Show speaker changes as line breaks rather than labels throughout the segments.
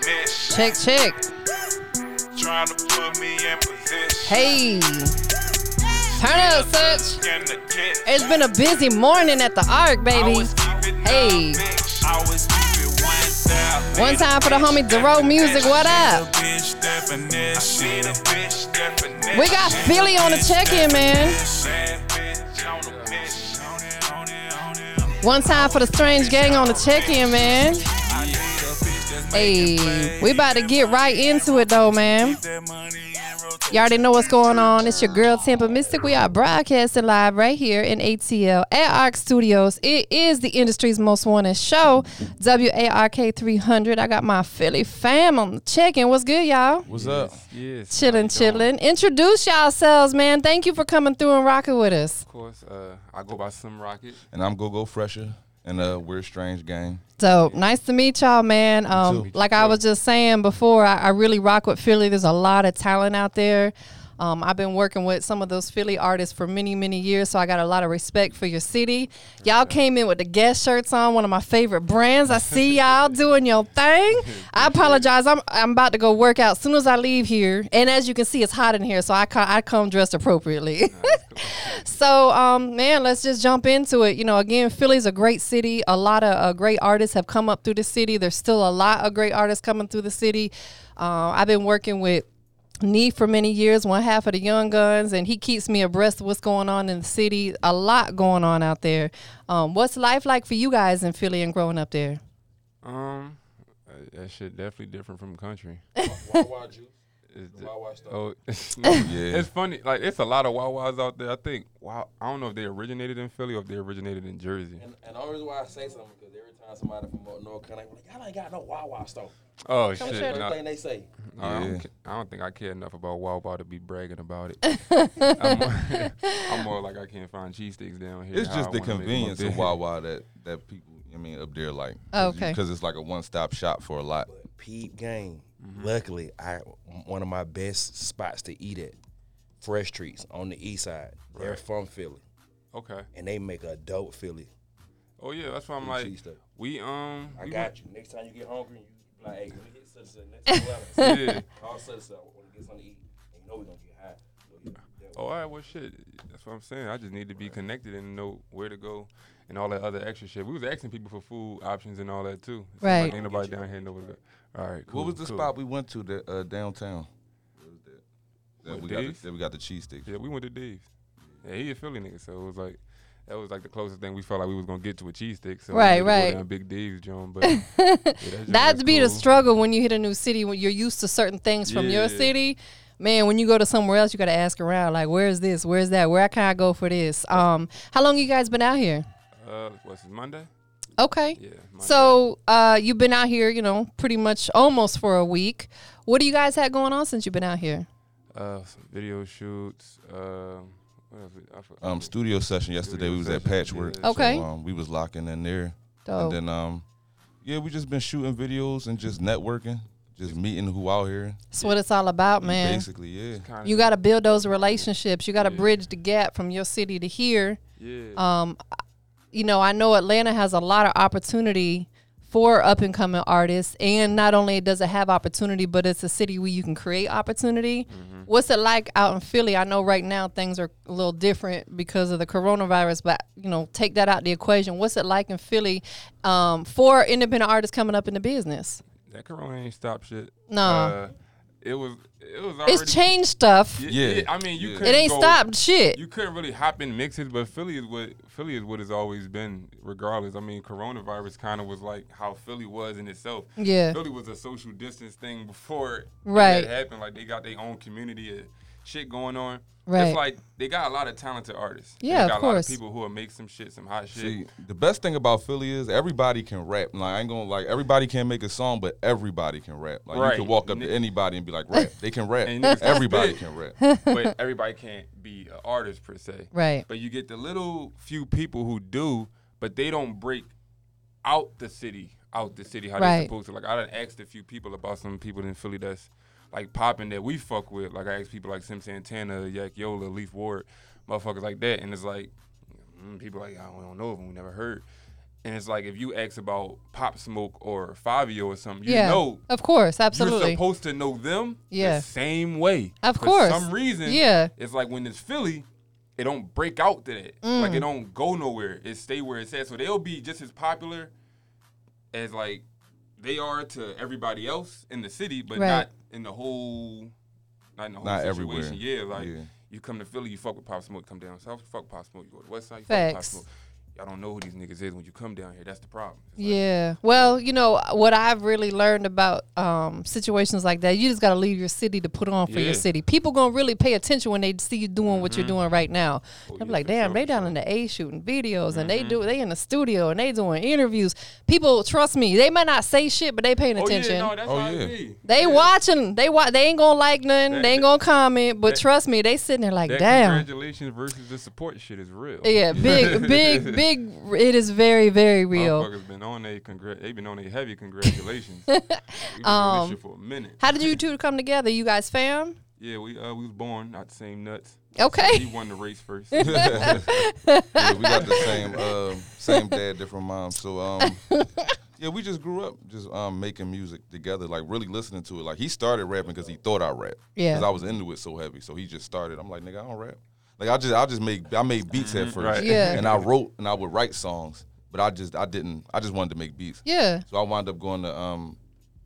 Check, check.
Trying to put me in position.
Hey. Turn up, Such.
In the ditch.
It's been a busy morning at the Arc, baby.
Always keep it
Hey.
down, bitch. Always keep it one down,
One
bitch.
time for the homie Dero Music. What up?
Bitch definition. I see the bitch definition.
We got Philly on the check-in, man.
Bad bitch on the bitch. On it, on it, on it.
One time for the strange gang on the check-in, man.
I need a bitch that's
Hey, we about to get right into it though, man.
that money and roll
You already know what's going on. It's your girl Tampa Mystic. We are broadcasting live right here in ATL at ARC Studios. It is the industry's most wanted show, WARK 300. I got my Philly fam on the check-in. What's good, y'all?
What's up?
Yes. how
Chillin',
you doing?
chillin'. Introduce yourselves, man. Thank you for coming through and rocking with us.
Of course, uh, I go by Slim Rocket.
And I'm Go-Go Fresher, and uh, we're a strange gang.
Dope. Nice to meet y'all, man. Um,
too.
like I was just saying before, I, I really rock with Philly. There's a lot of talent out there. Um, I've been working with some of those Philly artists for many, many years, so I got a lot of respect for your city. Y'all came in with the guest shirts on, one of my favorite brands. I see y'all doing your thing. I apologize. I'm I'm about to go work out soon as I leave here, and as you can see, it's hot in here, so I ca- I come dressed appropriately. So, um, man, let's just jump into it. You know, again, Philly's a great city. A lot of uh, great artists have come up through the city. There's still a lot of great artists coming through the city. Uh, I've been working with Nee for many years, one half of the Young Guns, and he keeps me abreast of what's going on in the city. A lot going on out there. Um, what's life like for you guys in Philly and growing up there?
Um, uh, that shit definitely different from country.
Wawa juice.
It's
The Wawa stuff.
Oh, no,
Yeah.
it's funny. Like it's a lot of Wawas out there. I think. Wow, I don't know if they originated in Philly or if they originated in Jersey.
And, and the only reason why I say something because every time somebody from up north kind of like, y'all ain't got no Wawa store.
Oh
share
shit!
the
nah,
First thing they say,
nah, I,
Yeah.
don't, ca- I don't think I care enough about Wawa to be bragging about it. I'm, more, I'm more like I can't find cheesesteaks down here.
It's
how I
just the
wanna make 'em up
convenience
there.
of Wawa that, that people, I mean, up there like.
Oh, Okay.
Because it's like a one-stop shop for a lot.
peep game. Luckily, I one of my best spots to eat at, Fresh Treats on the east side. They're from Philly,
Okay.
and they make a dope Philly.
Oh yeah, that's why I'm
Free
like.
cheesesteak.
We um.
I
we
got you. Next time you get hungry, you be like, hey, let me hit such and such. Next time,
went- Yeah.
all such and such. I want to get something to eat. And you know we're going to get high. So you- that-
Oh, all right. Well, shit. That's what I'm saying. I just need to be connected and know where to go and all that other extra shit. We was asking people for food options and all that too. So, like,
Right.
ain't nobody down here know where to go. All right. Cool,
What was the
cool.
spot we went to that, uh, downtown? That
What,
we, got the,
Dave's?
that we got the cheese sticks.
Yeah, we went to Dave's. Yeah, he a Philly nigga, so it was like that was like the closest thing we felt like we was gonna get to a cheese stick. So we
Right,
had to go
right.
down Big Dave's, John. But yeah, that joint was
That'd be the
cool.
struggle when you hit a new city when you're used to certain things from your
Yeah.
city. Man, when you go to somewhere else, you gotta ask around. Like, where's this? Where's that? Where can I go for this? Um, how long you guys been out here?
Uh, what's it, Monday?
Okay.
Yeah. Monday.
So, uh, you've been out here, you know, pretty much almost for a week. What do you guys had going on since you've been out here?
uh, some video shoots. Um, what else? we- I for-
Um, studio session yesterday.
Studio
we was at
session,
Patchwork.
yeah.
Okay. Oh.
So, um, we was locking in there.
Dope.
And then, um, yeah, we just been shooting videos and just networking, just meeting who out here.
That's what it's all about, man.
Basically, yeah.
Kinda-
You gotta build those relationships. You gotta bridge the gap from your city to here.
yeah.
um, you know, I know Atlanta has a lot of opportunity for up and coming artists, and not only does it have opportunity, but it's a city where you can create opportunity.
Mm-hmm.
What's it like out in Philly? I know right now things are a little different because of the coronavirus, but you know, take that out the equation. What's it like in Philly um, for independent artists coming up in the business?
That corona ain't stop shit.
No.
Uh, it was it was already
It's changed stuff.
Yeah,
Yeah.
yeah, I mean you
It
couldn't
It ain't
go-
stopped shit.
You couldn't really hop in mixes, but Philly is what Philly is what it's always been, regardless. I mean, coronavirus kind of was like how Philly was in itself.
Yeah.
Philly was a social distance thing before
Right.
it happened. Like they got their own community of shit going on.
Right.
It's like they got a lot of talented artists. And
Yeah,
they
of
got a lot of
course.
people who will make some shit, some hot shit.
See, the best thing about Philly is everybody can rap. Like I ain't gonna like everybody can't make a song, but everybody can rap. Like you
Right.
can walk up to
Ni-
anybody and be like, rap. They can rap.
And niggas can
everybody
spit.
can rap.
but everybody can't be an artist per se.
Right.
But you get the little few people who do, but they don't break out the city, out the city how
Right.
they supposed to. Like I done asked a few people about some people in Philly that's like popping that we fuck with. Like I asked people like Sim Santana, Yak Yola, Leaf Ward, motherfuckers like that, and it's like mm, people like I don't know if we never heard. And it's like if you ask about Pop Smoke or Fabio or something, you
yeah.
know
of course,
You're
absolutely.
supposed to know them
Yeah.
the same way.
Of
For
course.
some reason,
Yeah.
it's like when it's Philly, it don't break out to that.
Mm.
Like it don't go nowhere. It stay where it's at. So they'll be just as popular as like they are to everybody else in the city, but
Right.
not in the whole not in the whole
Not everywhere.
situation. Yeah, like
Yeah.
you come to Philly, you fuck with Pop Smoke, you come down south, you fuck with Pop Smoke, you go to West Side, you fuck with Pop
Facts.
Smoke. Y'all don't know who these niggas is when you come down here. That's the problem. It's like,
Yeah. Well, you know what I've really learned about um, situations like that. You just got to leave your city to put on for
Yeah. Mm-hmm.
your city. People gonna really pay attention when they see you doing what you're doing right now. They'll be
Oh, yeah,
like,
for
damn,
sure,
they
for
down
sure." Mm-hmm.
in the A shooting videos and they do they in the studio and they doing interviews. People trust me. They might not say shit, but they paying
Oh
attention.
yeah, no, that's
Oh,
how
yeah.
it be.
They watching. They wa- They ain't gonna like nothing.
That-
they ain't gonna comment. But
that-
trust me, they sitting there like,
That
damn.
congratulations versus the support shit is real.
Yeah, big, big, big. It is very, very real.
Motherfuckers been on they congr- they been on their heavy congratulations. we been doing this shit for a minute.
Um, How did you two come together? You guys fam?
Yeah, we uh, we was born not the same nuts. He
Okay.
won the race first.
yeah, we got the same um, same dad, different mom. So um, yeah, we just grew up just um, making music together, like really listening to it. Like he started rapping because he thought I rap.
Yeah.
Because I was into it so heavy, so he just started. I'm like, nigga, I don't rap. Like I just I just make I made beats at first,
Mm-hmm. right.
Yeah.
and I wrote and I would write songs, but I just I didn't I just wanted to make beats.
Yeah.
So I wound up going to um,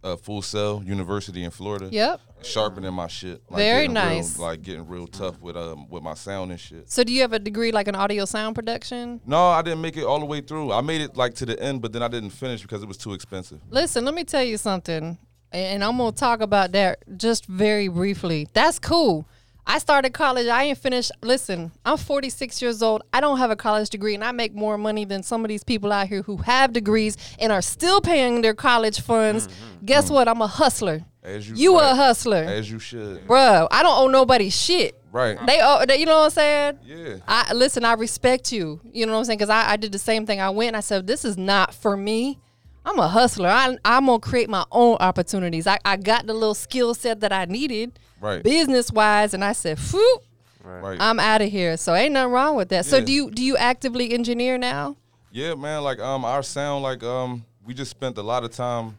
uh, Full Sail University in Florida.
Yep.
Sharpening my shit. Like
Very
getting real-
nice.
like getting real tough with um with my sound and shit.
So do you have a degree like an audio sound production?
No, I didn't make it all the way through. I made it like to the end, but then I didn't finish because it was too expensive.
Listen, let me tell you something, and I'm gonna talk about that just very briefly. That's cool. I started college. I ain't finished. Listen, I'm 46 years old. I don't have a college degree, and I make more money than some of these people out here who have degrees and are still paying their college funds. Guess what? I'm a hustler.
Mm-hmm. As you
You a
right.
hustler,
As you should.
Bruh, I don't owe nobody shit.
Right.
They, owe, they, you know what I'm saying?
Yeah.
I listen. I respect you. You know what I'm saying? Because I, I did the same thing. I went. and I said, "This is not for me. I'm a hustler. I, I'm gonna create my own opportunities. I, I got the little skill set that I needed,
Right.
business wise, and I said, "Phew,
Right.
I'm out of here." So ain't nothing wrong with that. So
Yeah.
do you do you actively engineer now?
yeah, man. Like um, our sound, like um, we just spent a lot of time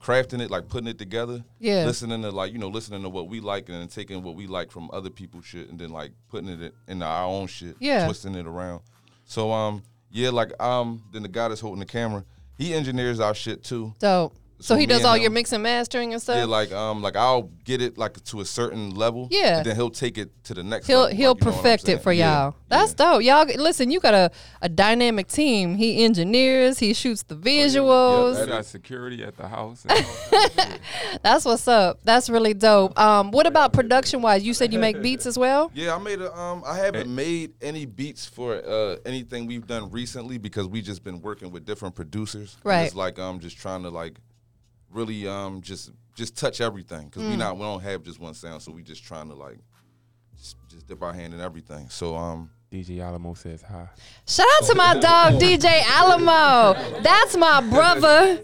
crafting it, like putting it together.
Yeah.
Listening to like you know, listening to what we like and then taking what we like from other people's shit and then like putting it in- into our own shit.
Yeah.
Twisting it around. So um, yeah, like um, then the guy that's holding the camera, he engineers our shit too.
So so,
So
he
me
does
and
all
him-
your mixing, mastering, and stuff.
Yeah, like um, like I'll get it like to a certain level.
Yeah.
And then he'll take it to the next.
He'll
level, like,
he'll
you know what I'm
perfect
saying?
it for
Yeah,
y'all. That's dope. Y'all listen, you got a, a dynamic team. He engineers, he shoots
Oh,
the visuals.
we got security at the house. And all kinds of shit.
That's what's up. That's really dope. Um, what about production wise? You said you make beats as well?
yeah. Yeah, I made a um. I haven't made any beats for uh anything we've done recently because we just been working with different producers. And
Right.
It's like um, just trying to like really um just just touch everything because
Mm.
we not we don't have just one sound, so we just trying to like just, just dip our hand in everything. So um.
DJ Alamo says hi.
Shout out to my dog DJ Alamo. That's my brother.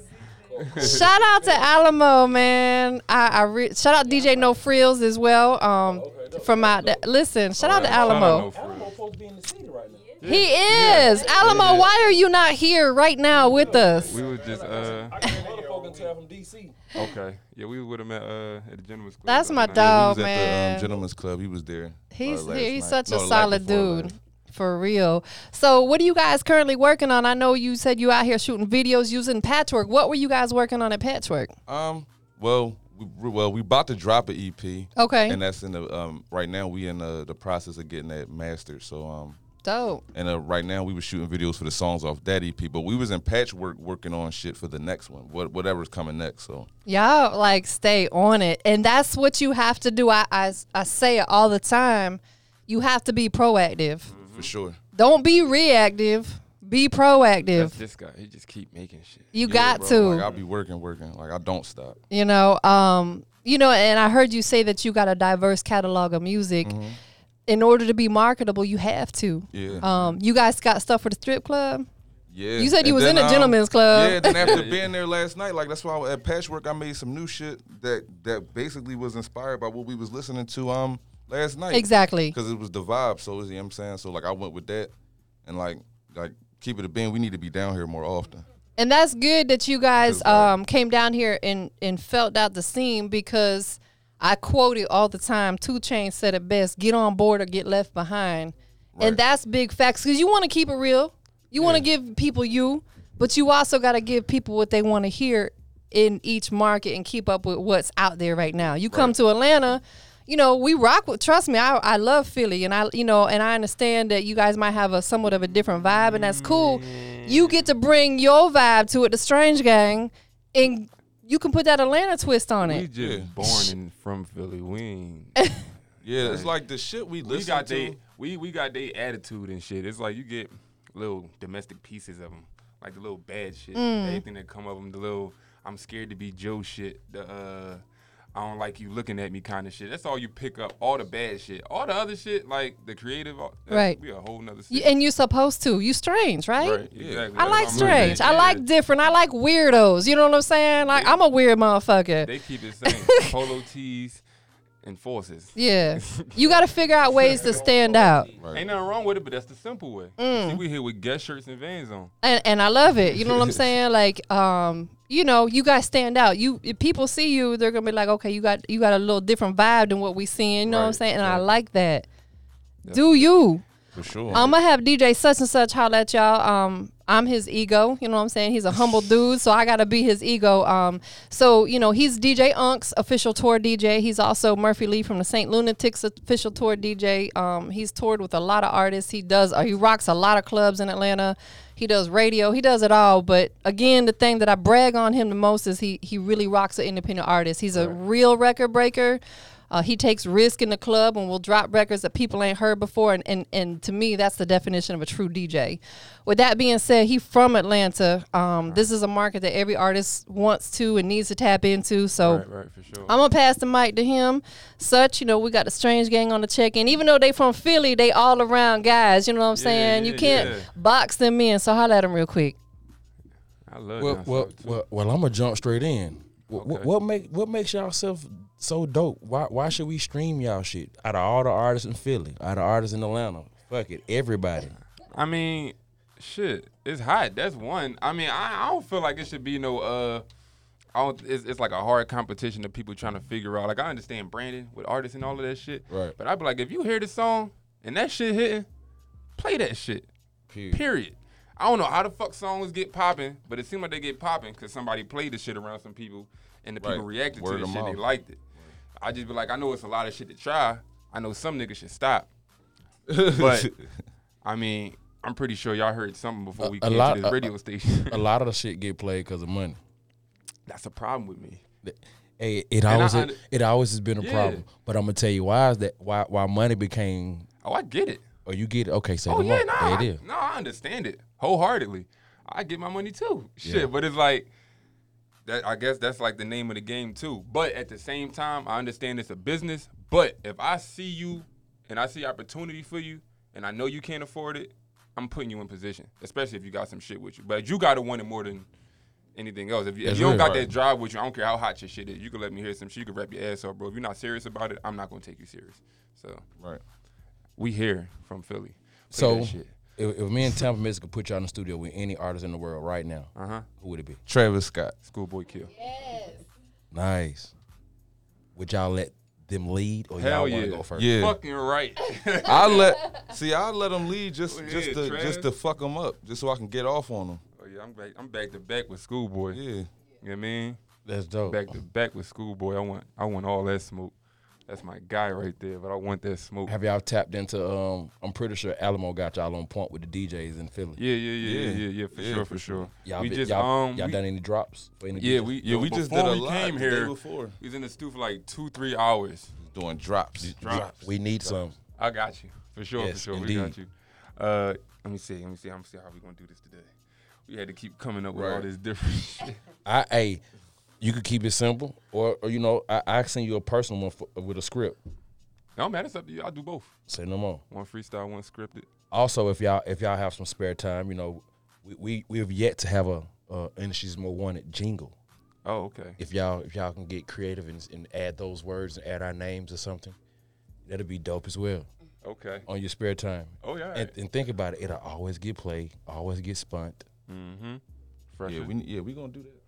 Shout out to Alamo, man. I, I re- shout out DJ No Frills as well. Um, from my th- listen, shout out to Alamo.
I'm supposed to be in the city right now.
He is Alamo. Why are you not here right now with us?
We was just uh
can't motherfucking tell from DC.
okay. Yeah, we was with him at uh at the gentleman's club.
That's
the
my
other night.
dog,
he was at the
Oh, man.
um, gentleman's club. He was there. uh,
He's
last
he's
night.
such
No,
a
the night
solid
before last.
dude. For real. So, what are you guys currently working on? I know you said you out here shooting videos using Patchwork. What were you guys working on at Patchwork?
Um. Well, we, we- well, we about to drop an EP.
Okay.
And that's in the um. Right now, we in the, the process of getting that mastered. So um.
Dope.
And uh, right now, we were shooting videos for the songs off that EP, but we was in patchwork working on shit for the next one, what whatever's coming next. So
Y'all like stay on it. And that's what you have to do. I, I, I say it all the time. You have to be proactive.
Mm-hmm.
for sure.
Don't be reactive. Be proactive.
That's this guy. He just keep making shit.
You
Yeah,
got
bro,
to.
Like I'll be working, working. Like I don't stop.
you know um you know and i heard you say that you got a diverse catalog of music in order to be marketable you have to
Mm-hmm. Yeah.
um you guys got stuff for the strip club
Yeah.
You said you
And
was in
then, um,
a gentleman's club.
Yeah, then after being there last night, like that's why I- at Patchwork I made some new shit that that basically was inspired by what we was listening to um last night.
exactly
Because it was the vibe, so you know what I'm saying? So like I went with that and like like keep it a bean. We need to be down here more often.
And that's good that you guys um, came down here and, and felt out the scene because I quote it all the time. Two Chain said it best: "Get on board or get left behind,"
Right.
and that's big facts because you want to keep it real. You want to give people you, but you also got to give people what they want to hear in each market and keep up with what's out there right now. You come to Atlanta. You know, we rock with. Trust me, I, I love Philly, and I you know, and I understand that you guys might have a somewhat of a different vibe, and that's cool. You
Mm.
get to bring your vibe to it, the Strange Gang, and you can put that Atlanta twist on
We
it.
just
Yeah.
born in from Philly. We ain't.
Yeah, it's like the shit we listen
we got
to.
they we we got they attitude and shit. It's like you get little domestic pieces of them, like the little bad shit,
Mm.
everything that come of them. The little I'm scared to be Joe shit. The uh, I don't like you looking at me kind of shit. That's all you pick up. All the bad shit. All the other shit, like the creative. all- that-
Right.
We a whole nother. Shit.
You, and you're supposed to. You strange, right?
Right, exactly.
I
That's
like
what I'm saying.
strange. I like
Yeah,
different. I like weirdos. You know what I'm saying? Like I'm a weird motherfucker.
They keep it same. Polo tees and forces.
yeah. you got to figure out ways to stand out.
Ain't nothing wrong with it, but that's the simple way.
Mm.
See, we here with guest shirts and vans on.
and, and I love it. You know what I'm saying? Like, um, you know, you guys stand out. You if people see you, they're gonna be like, okay, you got you got a little different vibe than what we seeing. You know what I'm
Right,
saying? And I
right.
like that. Do you?
For sure.
I'm gonna Um, have DJ such and such holler at y'all. Um, I'm his ego. You know what I'm saying? He's a humble dude, so I gotta be his ego. Um, so you know he's DJ Unk's official tour DJ. He's also Murphy Lee from the Saint Lunatics official tour DJ. Um, he's toured with a lot of artists. He does. Uh, he rocks a lot of clubs in Atlanta. He does radio. He does it all. But again, the thing that I brag on him the most is he he really rocks an independent artist. He's a real record breaker. Uh, he takes risk in the club and will drop records that people ain't heard before. And, and, and to me, that's the definition of a true DJ. With that being said, he from Atlanta. Um, this is a market that every artist wants to and needs to tap into. So
Right, right, for sure.
I'm gonna pass the mic to him. Such, you know, we got the strange gang on the check in. Even though they from Philly, they all around guys. You know what I'm saying? you
yeah,
can't
yeah.
box them in. So holla at them real quick.
I love
Well,
down
well,
south, too.
well, well, I'm gonna jump straight in. What,
Okay.
what make what makes y'all self so dope? Why why should we stream y'all shit out of all the artists in Philly, out of artists in Atlanta? Fuck it, everybody.
I mean, shit, it's hot. That's one. I mean, I, I don't feel like it should be no. uh I don't, it's, it's like a hard competition of people trying to figure out. Like I understand branding with artists and all of that shit.
Right.
But I'd be like, if you hear this song and that shit hitting, play that shit. Period. I don't know how the fuck songs get popping, but it seemed like they get popping because somebody played the shit around some people and the people
Right.
reacted
Word
to the
of
shit. They
mouth.
liked it. I just be like, I know it's a lot of shit to try. I know some niggas should stop. But I mean, I'm pretty sure y'all heard something before we
a
came
lot- uh,
to
a-
this radio
A
station.
lot of the shit get played because of money.
That's a problem with me.
Hey, it
I
always
under-
it always has been a
Yeah.
problem. But I'm gonna tell you why is that why why money became
Oh, I get it.
or you get it. Okay, say
Oh
the
yeah,
law.
no,
There
I,
it is.
no, I understand it wholeheartedly. I get my money too. Shit, but it's like that. I guess that's like the name of the game too. But at the same time, I understand it's a business. But if I see you and I see opportunity for you, and I know you can't afford it, I'm putting you in position, especially if you got some shit with you. But you gotta want it more than anything else. If you, if
That's
you don't
real.
got that drive with you, I don't care how hot your shit is. You can let me hear some shit. You can rap your ass off, bro. If you're not serious about it, I'm not gonna take you serious. So
right.
we here from Philly. Play
So
that shit.
if, if me and Tampa Miss could put y'all in the studio with any artist in the world right now,
Uh huh.
who would it be?
Travis Scott.
Schoolboy Q.
Nice. Would y'all let them lead or
Hell
y'all wanna
yeah.
go first?
Yeah.
Fucking right. Oh,
I let see. I let them lead just just
Yeah,
to
Trav.
just to fuck them up, just so I can get off on them.
oh, yeah, I'm back. I'm back to back with Schoolboy. You
Yeah.
know what I mean?
That's dope.
Back to back with Schoolboy. I want. I want all that smoke. That's my guy right there. But I want that smoke.
Have y'all tapped into? Um, I'm pretty sure Alamo got y'all on point with the DJs in Philly.
yeah, yeah, yeah,
Yeah.
yeah, yeah, yeah. For
Yeah,
sure,
for
for sure.
Y'all,
we
be-
just
y'all,
um.
y'all
we-
done any drops? For any
yeah,
DJs?
we
Yeah, we just
before
did a
we
lot
came
the day
here.
before.
We was in the stew for like two, three hours.
Doing drops.
Drops.
we need some.
I got you for sure. for
Yes,
sure, we got
indeed.
you. Uh, let me see. Let me see. I'm gonna see how we gonna do this today. We had to keep coming up with all
Right.
this different shit.
I hey, you could keep it simple, or, or you know, I, I send you a personal one for, with a script.
No man, it's up to you. I'll do both.
Say no more.
One freestyle, one scripted.
Also, if y'all if y'all have some spare time, you know, we we, we have yet to have a uh, industry's more wanted jingle.
Oh, okay.
If y'all if y'all can get creative and, and add those words and add our names or something, that'd be dope as well.
Okay.
on your spare time.
Oh yeah.
And, and think about it, it'll always get played, always get spunt.
mm-hmm. Fresh.
Yeah, we yeah we gonna do that.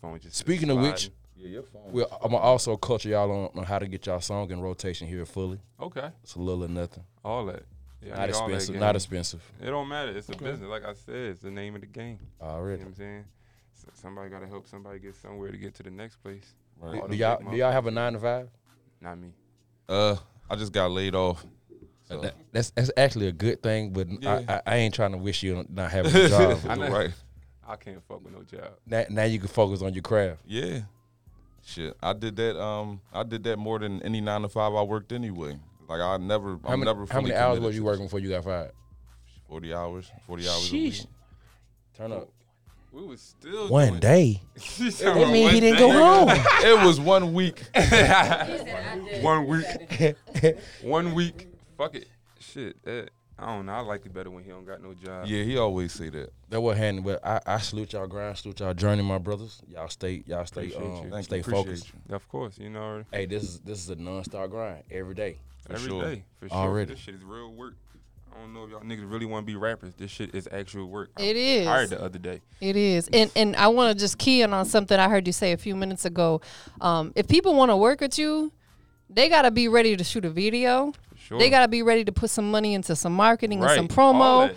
phone just
Speaking of which,
Yeah, your phone.
we're, I'm gonna also culture y'all on, on how to get y'all song in rotation here fully.
okay,
It's a little or nothing.
all that. Yeah, I
Not
need all that
expensive.
game.
Not expensive.
It don't matter. It's a business. Like I said, it's the name of the game. You
Already.
know what I'm saying? So somebody gotta help somebody get somewhere to get to the next place.
Right.
All
Do
them
y'all
big
do
mother-
y'all have a nine to five?
Not me.
Uh, I just got laid off. So,
That- that's that's actually a good thing, but
Yeah.
I, I, I ain't trying to wish you not having a job.
I know.
right.
I can't fuck with no job.
now, now you can focus on your craft.
Yeah. Shit, I did that. Um, I did that more than any nine to five I worked anyway. Like I never,
How
I'm
many,
never.
how many
fully
hours
committed
was you
to-
working before you got fired?
Forty hours. Forty hours. A week.
Turn up.
We was still
One day.
that
home.
It was one week.
One week. One week. Fuck it. Shit. That, I don't know. I like it better when he don't got no job.
Yeah, he always say that.
That was handy, but I, I salute y'all grind, salute y'all journey, my brothers. Y'all stay, y'all stay,
Appreciate you.
um,
Thank
stay
you. Appreciate
focused.
you.
Of course. You know.
Hey, this is this is a non-stop grind every day.
For
every day
sure.
For sure.
Already.
This shit is real work. I don't know if y'all niggas really want to be rappers. This shit is actual work. I
It
was
is.
Tired the other day.
It is, and and I want to just key in on something I heard you say a few minutes ago. Um, if people want to work with you, they gotta be ready to shoot a video.
Sure.
They gotta be ready to put some money into some marketing
right.
and some
all
promo.
that.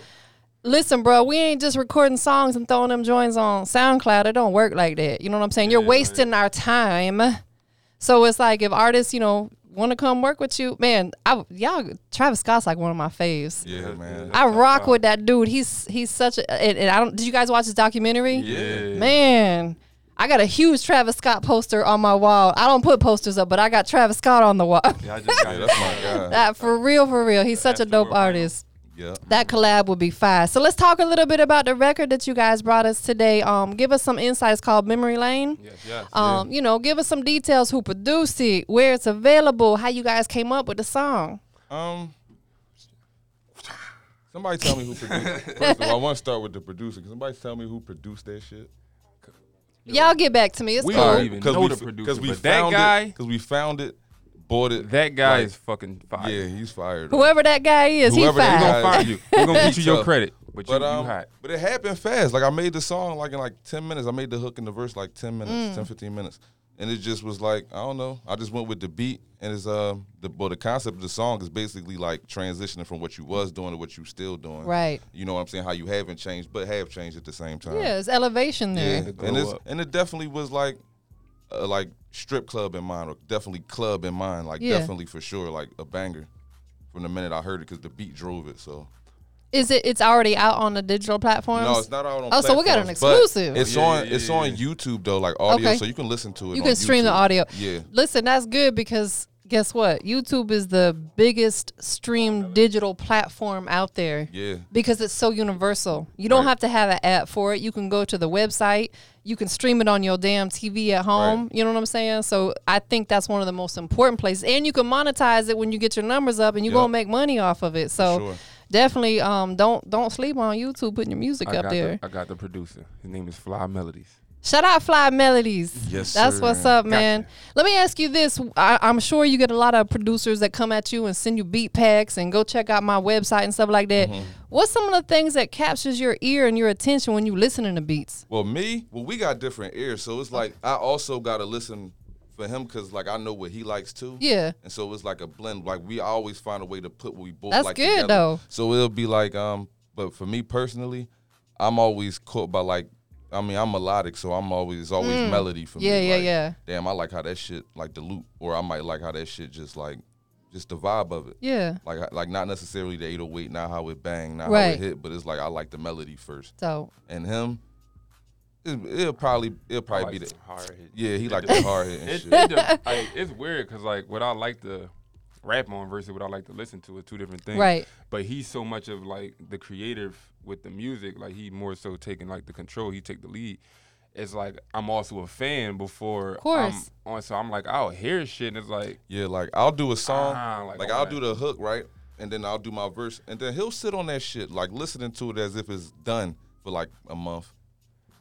Listen, bro, we ain't just recording songs and throwing them joints on SoundCloud. It don't work like that. You know what I'm saying? You're
Yeah, right.
wasting our time. So it's like if artists, you know, want to come work with you, man. I, y'all, Travis Scott's like one of my faves.
Yeah, man.
I rock with that dude. He's he's such a. And, and I don't. Did you guys watch his documentary?
Yeah.
Man, I got a huge Travis Scott poster on my wall. I don't put posters up, but I got Travis Scott on the wall.
Yeah, I just got
Yeah,
it.
that's my guy.
that Uh, for real, for real. He's such a
After
dope
we're final.
artist.
Yeah.
That collab would be fire. So let's talk a little bit about the record that you guys brought us today. Um, give us some insights called Memory Lane.
Yes, yes.
Um, you know, give us some details who produced it, where it's available, how you guys came up with the song.
Um. Somebody tell me who produced. First of all, I want to start with the producer. Can somebody tell me who produced that shit?
Y'all get back to me. It's
We
cool.
are- don't even know
we
the
f-
producer,
we
but that
found
guy-
because we found it, bought it.
that guy
like,
is fucking fire.
Yeah, he's fired.
Whoever that guy is,
Whoever
he
that
fine.
We're
guy-
gonna find you. We're gonna get you your
tough.
credit. But,
But
you,
um,
you hot.
but it happened fast. Like I made the song like in like ten minutes. I made the hook and the verse like ten
Mm.
minutes, ten fifteen 10, 15 minutes, and it just was like I don't know. I just went with the beat, and it's um the well the concept of the song is basically like transitioning from what you was doing to what you still doing.
Right.
You know what I'm saying? How you haven't changed, but have changed at the same time.
Yeah, it's elevation
Yeah,
there.
grow
and it's,
up.
and it definitely was like, uh, like strip club in mind, or definitely club in mind, like
Yeah.
definitely for sure, like a banger. From the minute I heard it, because the beat drove it. So
Is it? It's already out on the digital platforms.
no, it's not out on.
Oh, so we got an
platforms, but
exclusive.
It's
Yeah,
on.
yeah,
it's
yeah,
on
yeah.
YouTube though, like audio,
Okay.
so you can listen to it.
You
on
can stream the
YouTube.
audio.
Yeah,
Listen, that's good because guess what? YouTube is the biggest streamed digital platform out there.
yeah.
Because it's so universal. You don't
Right.
have to have an app for it. You can go to the website. You can stream it on your damn TV at home. You know what I'm saying? So I think that's one of the most important places. And you can monetize it when you get your numbers up and you're
Yup.
gonna make money off of it. So
sure.
definitely um don't don't sleep on YouTube putting your music
I
up
got,
there.
the, I got the producer. His name is Fly Melodies.
Shout out Fly Melodies.
Yes,
That's
sir.
what's up, man. Let me ask you this. I, I'm sure you get a lot of producers that come at you and send you beat packs and go check out my website and stuff like that.
Mm-hmm.
What's some of the things that captures your ear and your attention when you listening to beats?
Well, me, well, we got different ears, so it's like I also gotta listen for him because like I know what he likes too.
Yeah.
And so it's like a blend. Like we always find a way to put what we both
That's
like
good,
together.
though.
So it'll be like, um, but for me personally, I'm always caught by like, I mean, I'm melodic, so I'm always it's always melody for
Mm. Yeah,
me.
yeah,
like,
yeah.
Damn, I like how that shit like the loop, or I might like how that shit just like, just the vibe of it.
Yeah.
Like, like not necessarily the 808, not how it bang, not how
Right.
it hit, but it's like I like the melody first
So
and him, it, it'll probably it'll probably be the
hard hit.
yeah he like the hard hit and
It,
shit.
it de- like, it's weird because like what I like to rap on versus what I like to listen to are two different things.
Right.
But he's so much of like the creative with the music. Like he more so taking like the control. He take the lead. It's like I'm also a fan before
course.
I'm on. So I'm like I'll hear shit and it's like
Yeah, like I'll do a song,
Ah, like
Uh, like,
all
I'll
that.
do the hook right, and then I'll do my verse, and then he'll sit on that shit like listening to it as if it's done for like a month,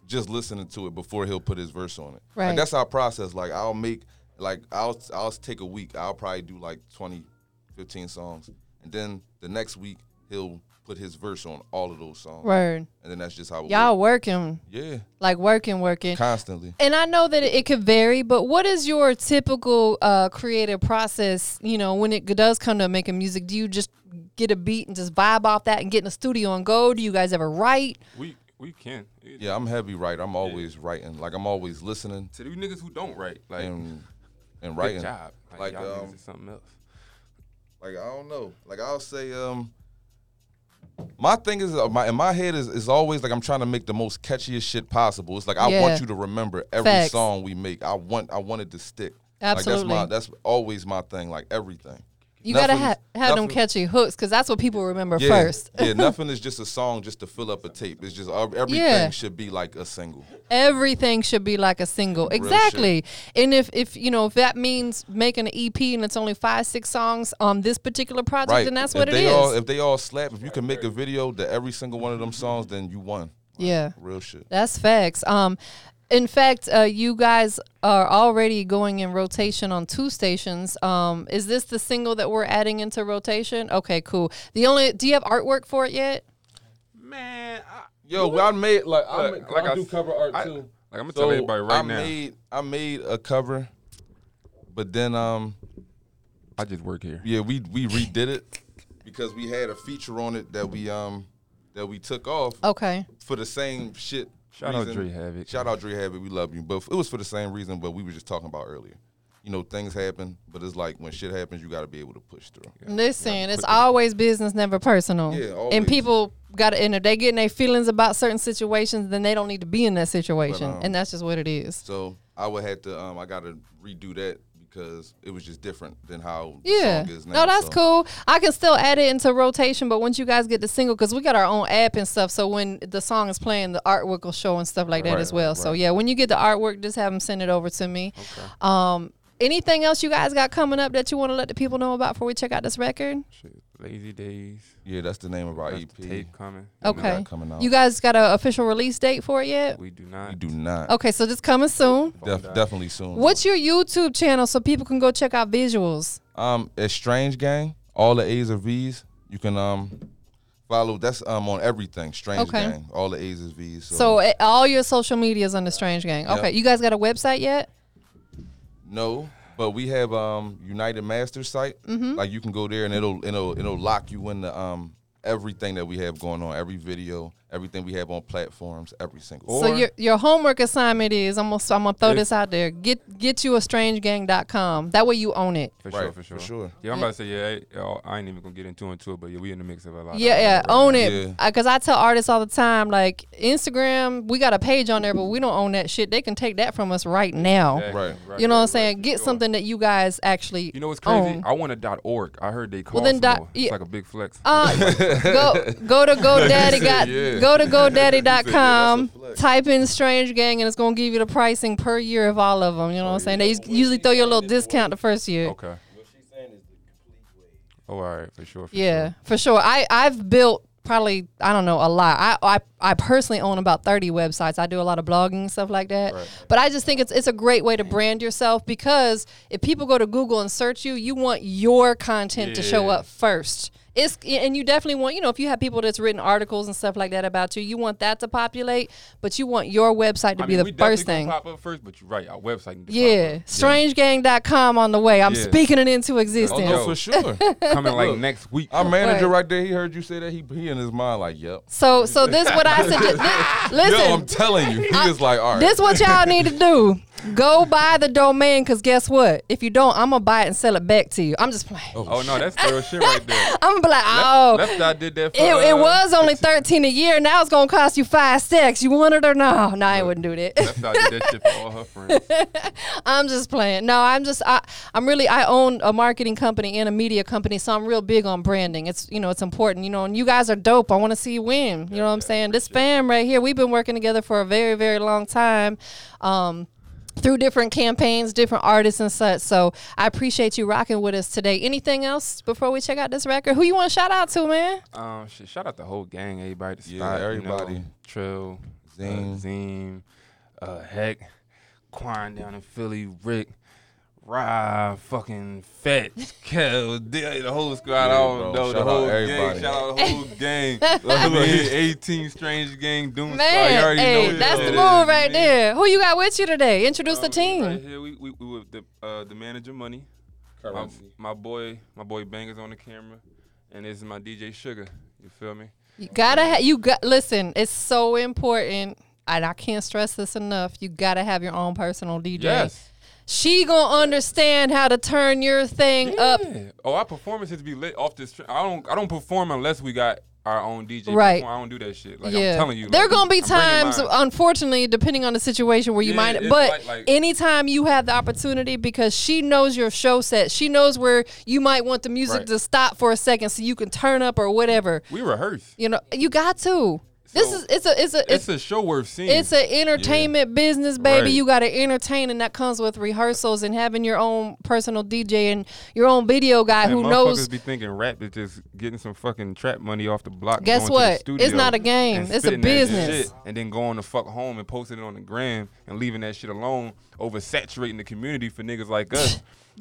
just listening to it before he'll put his verse on it.
Right.
Like that's our process. Like I'll make like I'll I'll take a week. I'll probably do like 20, 15 songs, and then the next week he'll put his verse on all of those songs.
Word.
And then that's just how it
Y'all
works.
working,
Yeah,
like working, working.
constantly.
And I know that it could vary, but what is your typical uh, creative process? You know, when it does come to making music, do you just get a beat and just vibe off that and get in the studio and go? Do you guys ever write?
We we can.
Yeah, I'm heavy writer. I'm always writing. Like I'm always listening
To these niggas who don't write, like
and and
right
writing.
job. Like,
Like,
y'all niggas
um,
is something else.
Like I don't know. Like I'll say, um, my thing is uh, my in my head is is always like I'm trying to make the most catchiest shit possible. It's like I
Yeah.
want you to remember every
Facts.
song we make. I want I want it to stick.
Absolutely.
Like that's my that's always my thing. Like everything.
You gotta
Nothing-
ha- have them
nothing-
catchy hooks because that's what people remember
yeah,
first.
yeah, nothing is just a song just to fill up a tape. It's just uh, everything
Yeah.
should be like a single.
Everything should be like a single, exactly. And if if you know if that means making an EP and it's only five six songs on this particular project,
Right.
then that's
if
what it
they
is.
All, if they all slap, if you can make a video to every single one of them songs, then you won.
yeah.
Real shit.
That's facts. Um, in fact, uh, you guys are already going in rotation on two stations. Um, is this the single that we're adding into rotation? Okay, cool. The only do you have artwork for it yet?
Man, I,
Yo, well, I made like I,
Look,
made,
like
like I,
I
do
s-
cover art
I-
too.
like, I'ma tell everybody right
I
now.
made I made a cover, but then um
I just work here.
yeah we we redid it because we had a feature on it that we um that we took off
Okay,
for the same shit.
Shout out Dre Havoc.
Shout out Dre Havoc. We love you, but f- it was for the same reason. But we were just talking about earlier. You know, things happen, but it's like when shit happens, you got to be able to push through.
listen, it's always business, never personal.
Yeah,
And
always.
people got to, and if they getting their feelings about certain situations, then they don't need to be in that situation,
um,
and that's just what it is.
So I would have to um I got to redo that because it was just different than how the
Yeah.
song is now.
No, that's
so.
cool. I can still add it into rotation, but once you guys get the single, because we got our own app and stuff, so when the song is playing, the artwork will show and stuff like that
Right,
as well.
right,
So
right.
yeah, when you get the artwork, just have them send it over to me. Um, anything else you guys got coming up that you want to let the people know about before we check out this record?
Shit, lazy days.
Yeah, that's the name of our E
Got
EP.
the tape coming.
Okay.
coming out.
You guys got an official release date for it yet?
We do not.
We do not.
Okay, so just coming soon.
Def- definitely soon.
What's your YouTube channel so people can go check out visuals?
um it's Strange Gang? All the A's are V's. You can um follow. That's um on everything. Strange
Okay.
Gang. All the A's is V's. So,
So eh, all your social medias on the Strange Gang. Okay, you guys got a website yet?
no, but we have um United Masters site.
Mm-hmm.
Like you can go there and it'll it'll it'll lock you into um everything that we have going on. Every video, everything we have on platforms, every single.
So
Or-
your your homework assignment is I'm gonna, I'm gonna throw
If-
this out there. Get get you a strangegang.com. That way you own it.
For
Right,
sure,
for
for sure.
sure.
Yeah, I'm about to say, yeah, I- oh, I ain't even gonna get into it, into it, but yeah, we in the mix of a lot. of
Yeah,
shit
yeah,
right
own
now.
it. Because I tell artists all the time, like Instagram, we got a page on there, but we don't own that shit. They can take that from us right now.
Exactly,
oh, You
Right.
know what
right,
I'm
right,
saying?
for
Get
sure.
something that you guys actually
You know what's crazy?
own.
I want a dot org. I heard they call
then
well,
dot- yeah.
It's like a big flex.
Uh, go go to GoDaddy got
Yeah.
go to GoDaddy.com.
That's a flex.
Type in Strange Gang and it's gonna give you the pricing per year of all of them. You know
Oh,
what I'm saying? They us- usually throw you a little discount the first year.
okay.
What she's saying is the complete way.
Oh, all right, for sure. For
Yeah,
Sure.
for sure. I I've built probably I don't know a lot. I I, I personally own about thirty websites. I do a lot of blogging and stuff like that. But I just think it's it's a great way to brand yourself because if people go to Google and search you, you want your content to show
Yeah.
up first. It's and you definitely want you know if you have people that's written articles and stuff like that about you, you want that to populate, but you want your website to
I
be
mean,
the
we
first
definitely
thing.
gonna pop up first, but you're right. Our website. Need to
yeah, strangegang.com on the way. I'm
Yeah.
speaking it into
Oh
existence.
no, for sure.
Pop up. coming like next week.
Our manager
Right.
right there, he heard you say that. He he in his mind like, yep.
So so this what I suggest. listen,
Yo, I'm telling you, he was like, all right.
This what y'all need to do. Go buy the domain, cause guess what? If you don't, I'm gonna buy it and sell it back to you. I'm just playing.
oh no, that's real shit right there.
I'm gonna be like, oh,
Left Eye did that. For,
it, it
uh,
was only thirteen a year. Now it's gonna cost you five six. You want it or no? No, I wouldn't do that.
Left Eye did that shit for all her friends.
I'm just playing. No, I'm just I, I'm really I own a marketing company and a media company, so I'm real big on branding. It's you know it's important. You know, and you guys are dope. I want to see you win. You know what I'm saying? This fam right here, we've been working together for a very very long time. Um, through different campaigns, different artists and such. So I appreciate you rocking with us today. Anything else before we check out this record? Who you want to shout out to, man?
Um, shit, shout out the whole gang, everybody. The
Yeah,
spot, You
everybody.
know, Trill, Zine, uh,
Zine.
Zine, uh, Heck, Quan down in Philly, Rick, Rob fucking Fat Kel, the the whole squad. I
bro.
don't know the
Shout out
whole
everybody.
gang. Shout out the whole gang. I mean, 18 Strange Gang Doom Squad. You
Man,
already know
hey,
what
that's
it
the
is,
move right
man.
there. Who you got with you today? Introduce the
Um,
team.
Right here, we we, we with the uh, the manager money. My, my boy, my boy Banger's on the camera, and this is my DJ Sugar. You feel me?
You gotta ha- you got listen. It's so important, and I can't stress this enough. You gotta have your own personal DJ. She gonna understand how to turn your thing up.
Yeah. Oh, our performance has to be lit off this. Tr- I don't. I don't perform unless we got our own DJ.
Right.
perform. I don't do that shit. Like
yeah,
I'm telling you,
there
like,
gonna be
I'm bringing
times, uh,
mine.
unfortunately, depending on the situation where you
Yeah,
might.
it's
But
like- like-
anytime you have the opportunity, because she knows your show set, she knows where you might want the music
Right.
to stop for a second, so you can turn up or whatever.
we rehearse.
You know, you got to. this
So,
is it's a it's a
It's, a show worth seeing.
It's an entertainment business, baby.
Right.
You got to entertain, and that comes with rehearsals and having your own personal DJ and your own video guy
and
who
motherfuckers
knows.
be thinking rap is just getting some fucking trap money off the block.
Guess
going to
what?
The
It's
studio
not a game.
and
It's a
spitting that
business.
shit and then going the fuck home and posting it on the gram and leaving that shit alone, oversaturating the community for niggas like us.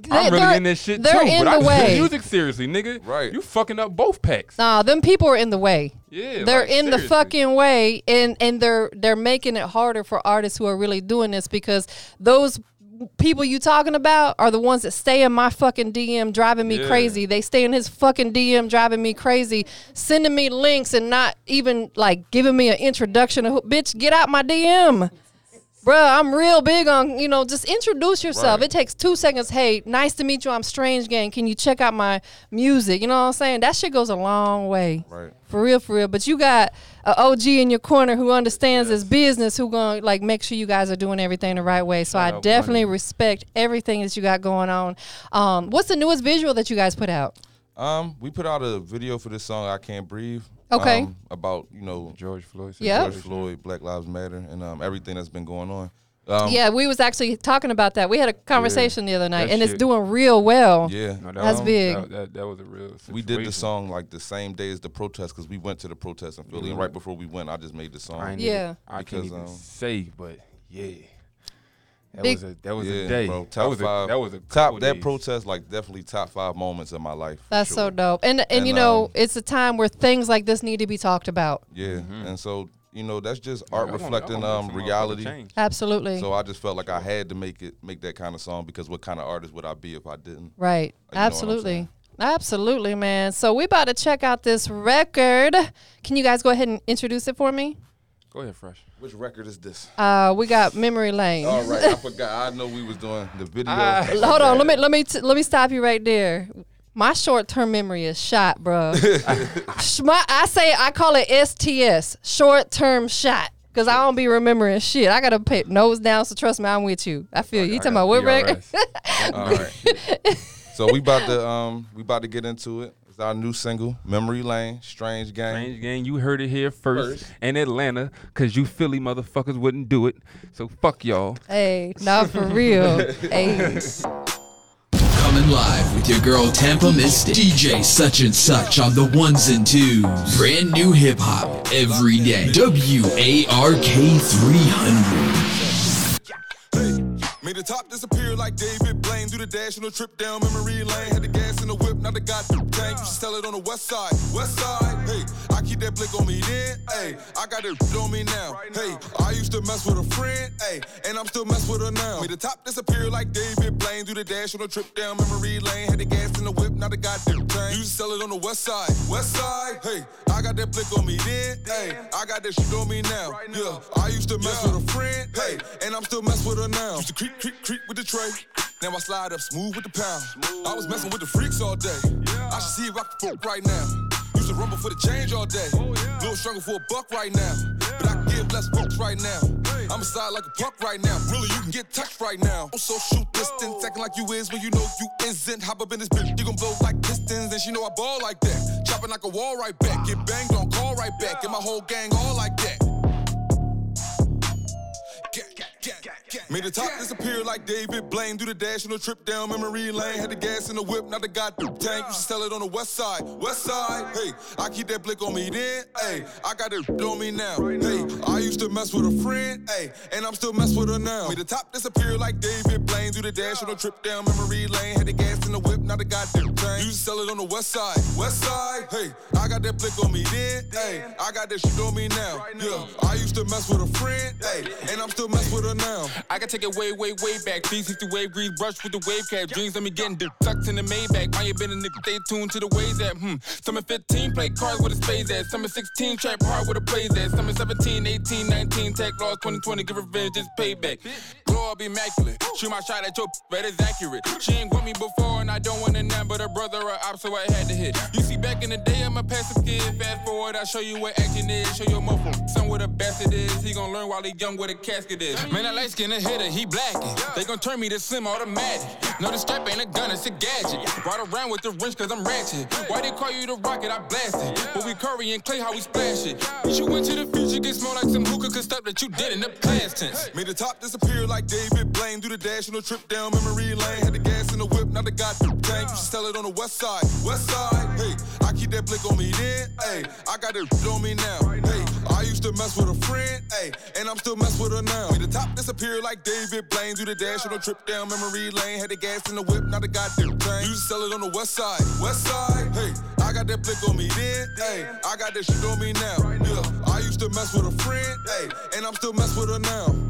I'm
they're-
really in this shit
they're
too,
in
but
the
I take
way.
music seriously, nigga.
Right.
You fucking up both packs.
Nah, them people are in the way.
Yeah,
they're
like,
in the
seriously.
fucking way, and and they're they're making it harder for artists who are really doing this because those people you talking about are the ones that stay in my fucking DM driving me
Yeah.
crazy. They stay in his fucking DM driving me crazy, sending me links and not even like giving me an introduction to who, bitch, get out my DM. Bruh, I'm real big on, you know, just introduce yourself.
Right.
It takes two seconds. Hey, nice to meet you. I'm Strange Gang. Can you check out my music? You know what I'm saying? That shit goes a long way.
Right.
For real, for real. But you got a OG in your corner who understands his business, who gonna like make sure you guys are doing everything the right way. So
Shout
I
out
definitely
Bunny.
respect everything that you got going on. Um, what's the newest visual that you guys put out?
Um, we put out a video for this song "I Can't Breathe."
Okay.
um, about you know
George Floyd.
Yeah.
George Floyd, Black Lives Matter, and um, everything that's been going on. Um,
Oh.
yeah, we was actually talking about that. We had a conversation the other night,
That
and it's
shit-
doing real well.
yeah.
No, that
That's
was-
big.
That, that- that was a real. Situation.
We did the song like the same day as the protest because we went to the protest in Philly, and right before we went, I just made the
I
song.
ain't
Yeah.
Even, I
Because,
can't even
um,
say, but yeah. That
Big-
was a that was
yeah,
a day.
bro. Top
that was
five.
a that was a couple
top that
days.
protest like definitely top five moments of my life. for
That's so
sure.
dope. And, and
And,
you know,
um,
it's a time where things like this need to be talked about.
Yeah, and so you know that's just art
Mm-hmm. I wanna- I
reflecting
wanna
um
make some motherfucking
reality.
change.
Absolutely.
So I just felt like I had to make it make that kind of song because what kind of artist would I be if I didn't?
Right.
what I'm
Absolutely.
saying?
Absolutely, man. So we about to check out this record. Can you guys go ahead and introduce it for me?
Go ahead, fresh.
Which record is this?
Uh, we got Memory Lane.
All right, I forgot. I know we was doing the video.
Ah.
I
Hold on. Let me let me t- let me stop you right there. My short term memory is shot, bro. my, I say I call it STS, short term shot, because I don't be remembering shit. I gotta put nose down. So trust me, I'm with you. I feel you. You
I
talking
got
about what record?
DRS.
All right. so we about to um we about to get into it. It's our new single, Memory Lane, Strange Game.
Strange gang, you heard it here first, in Atlanta, cause you Philly motherfuckers wouldn't do it. So fuck y'all.
hey, not for real. hey.
Coming live with your girl Tampa Mystic, DJ such and such on the ones and twos. Brand new hip hop every day. WARK 300.
Made the top disappear like David Blaine. Do the dash on a trip down memory lane. Had the gas in the whip, not the goddamn tank. You should sell it on the west side, west side. Hey, I keep that blick on me then. Hey, I got it on me now. Hey, I used to mess with a friend. Hey, and I'm still mess with her now. Made the top disappear like David Blaine. Do the dash on a trip down memory lane. Had the gas in the whip, not the goddamn tank. You should sell it on the west side, west side. Hey, I got that blick on me then. Hey, I got that shit on me now. Yeah, I used to mess with a friend. Hey, and I'm still mess with her now. Used to creep, creep, creep with the tray. Now I slide up smooth with the pound. I was messing with the freaks all day. I should see if I can fuck right now. Used to rumble for the change all day. Little struggle for a buck right now. But I can give less fucks right now. I'm aside like a puck right now. Really, you can get touched right now. I'm social distance, acting like you is when you know you isn't. Hop up in this bitch, you gon' blow like pistons. And she know I ball like that. Chopping like a wall right back. Get banged on call right back. Get my whole gang all like that. Gang, gang, gang, gang.
Made the top disappear like David Blaine. Do the dash on a trip down memory lane. Had the gas in the whip, not the goddamn tank. You should sell it on the west side. West side, hey. I keep that blick on me then, hey. I got it on me now, hey. I used to mess with a friend, hey. And I'm still mess with her now. Made the top disappear like David Blaine. Do the dash on a trip down memory lane. Had the gas in the whip, not the goddamn tank. You should sell it on the west side. West side, hey. I got that blick on me then, hey. I got that shit on me now, yeah. I used to mess with a friend, hey. And I'm still mess with her now.
I can take it way, way, way back. 360 wave breeze, brush with the wave cap. Dreams of me getting dick tucked in the Maybach. I ain't been a nigga, stay tuned to the ways at. Hmm. Summer 15, play cards with a spades at. Summer 16, trap hard with a plays at. Summer 17, 18, 19, tech laws 2020, give revenge, it's payback. Glow up immaculate. Shoot my shot at your that is accurate. She ain't with me before, and I don't want it now, but her brother a op, so I had to hit. You see, back in the day, I'm a passive kid. Fast forward, I show you what action is. Show your mofo, son what a bastard is. He gon' learn while he young what a casket is. Man, I light skin a hitter, he blackin'. They gon' turn me to slim automatic. No, the strap ain't a gun, it's a gadget. Ride around with the wrench, cause I'm ratchet. Why they call you the rocket? I blast it. But we curry and clay, how we splash it. But you went to the future, get small like some hookah, cause stuff that you did in the past tense.
Made the top disappear like David Blaine. Do the dash on a trip down memory lane. Had the gas in the whip, not the goddamn tank. You should sell it on the west side. West side, hey. I keep that blick on me then, hey. I got that on me now, hey. I used to mess with a friend, hey. And I'm still mess with her now. Made the top disappear like David Blaine. Do the dash on a trip down memory lane. Had the gas in the whip, not the goddamn tank. You should sell it on the west side. West side, hey. I got that blick on me then, hey. I got that shit on me now, yeah. I used to mess with a friend, hey. And I'm still mess with her now.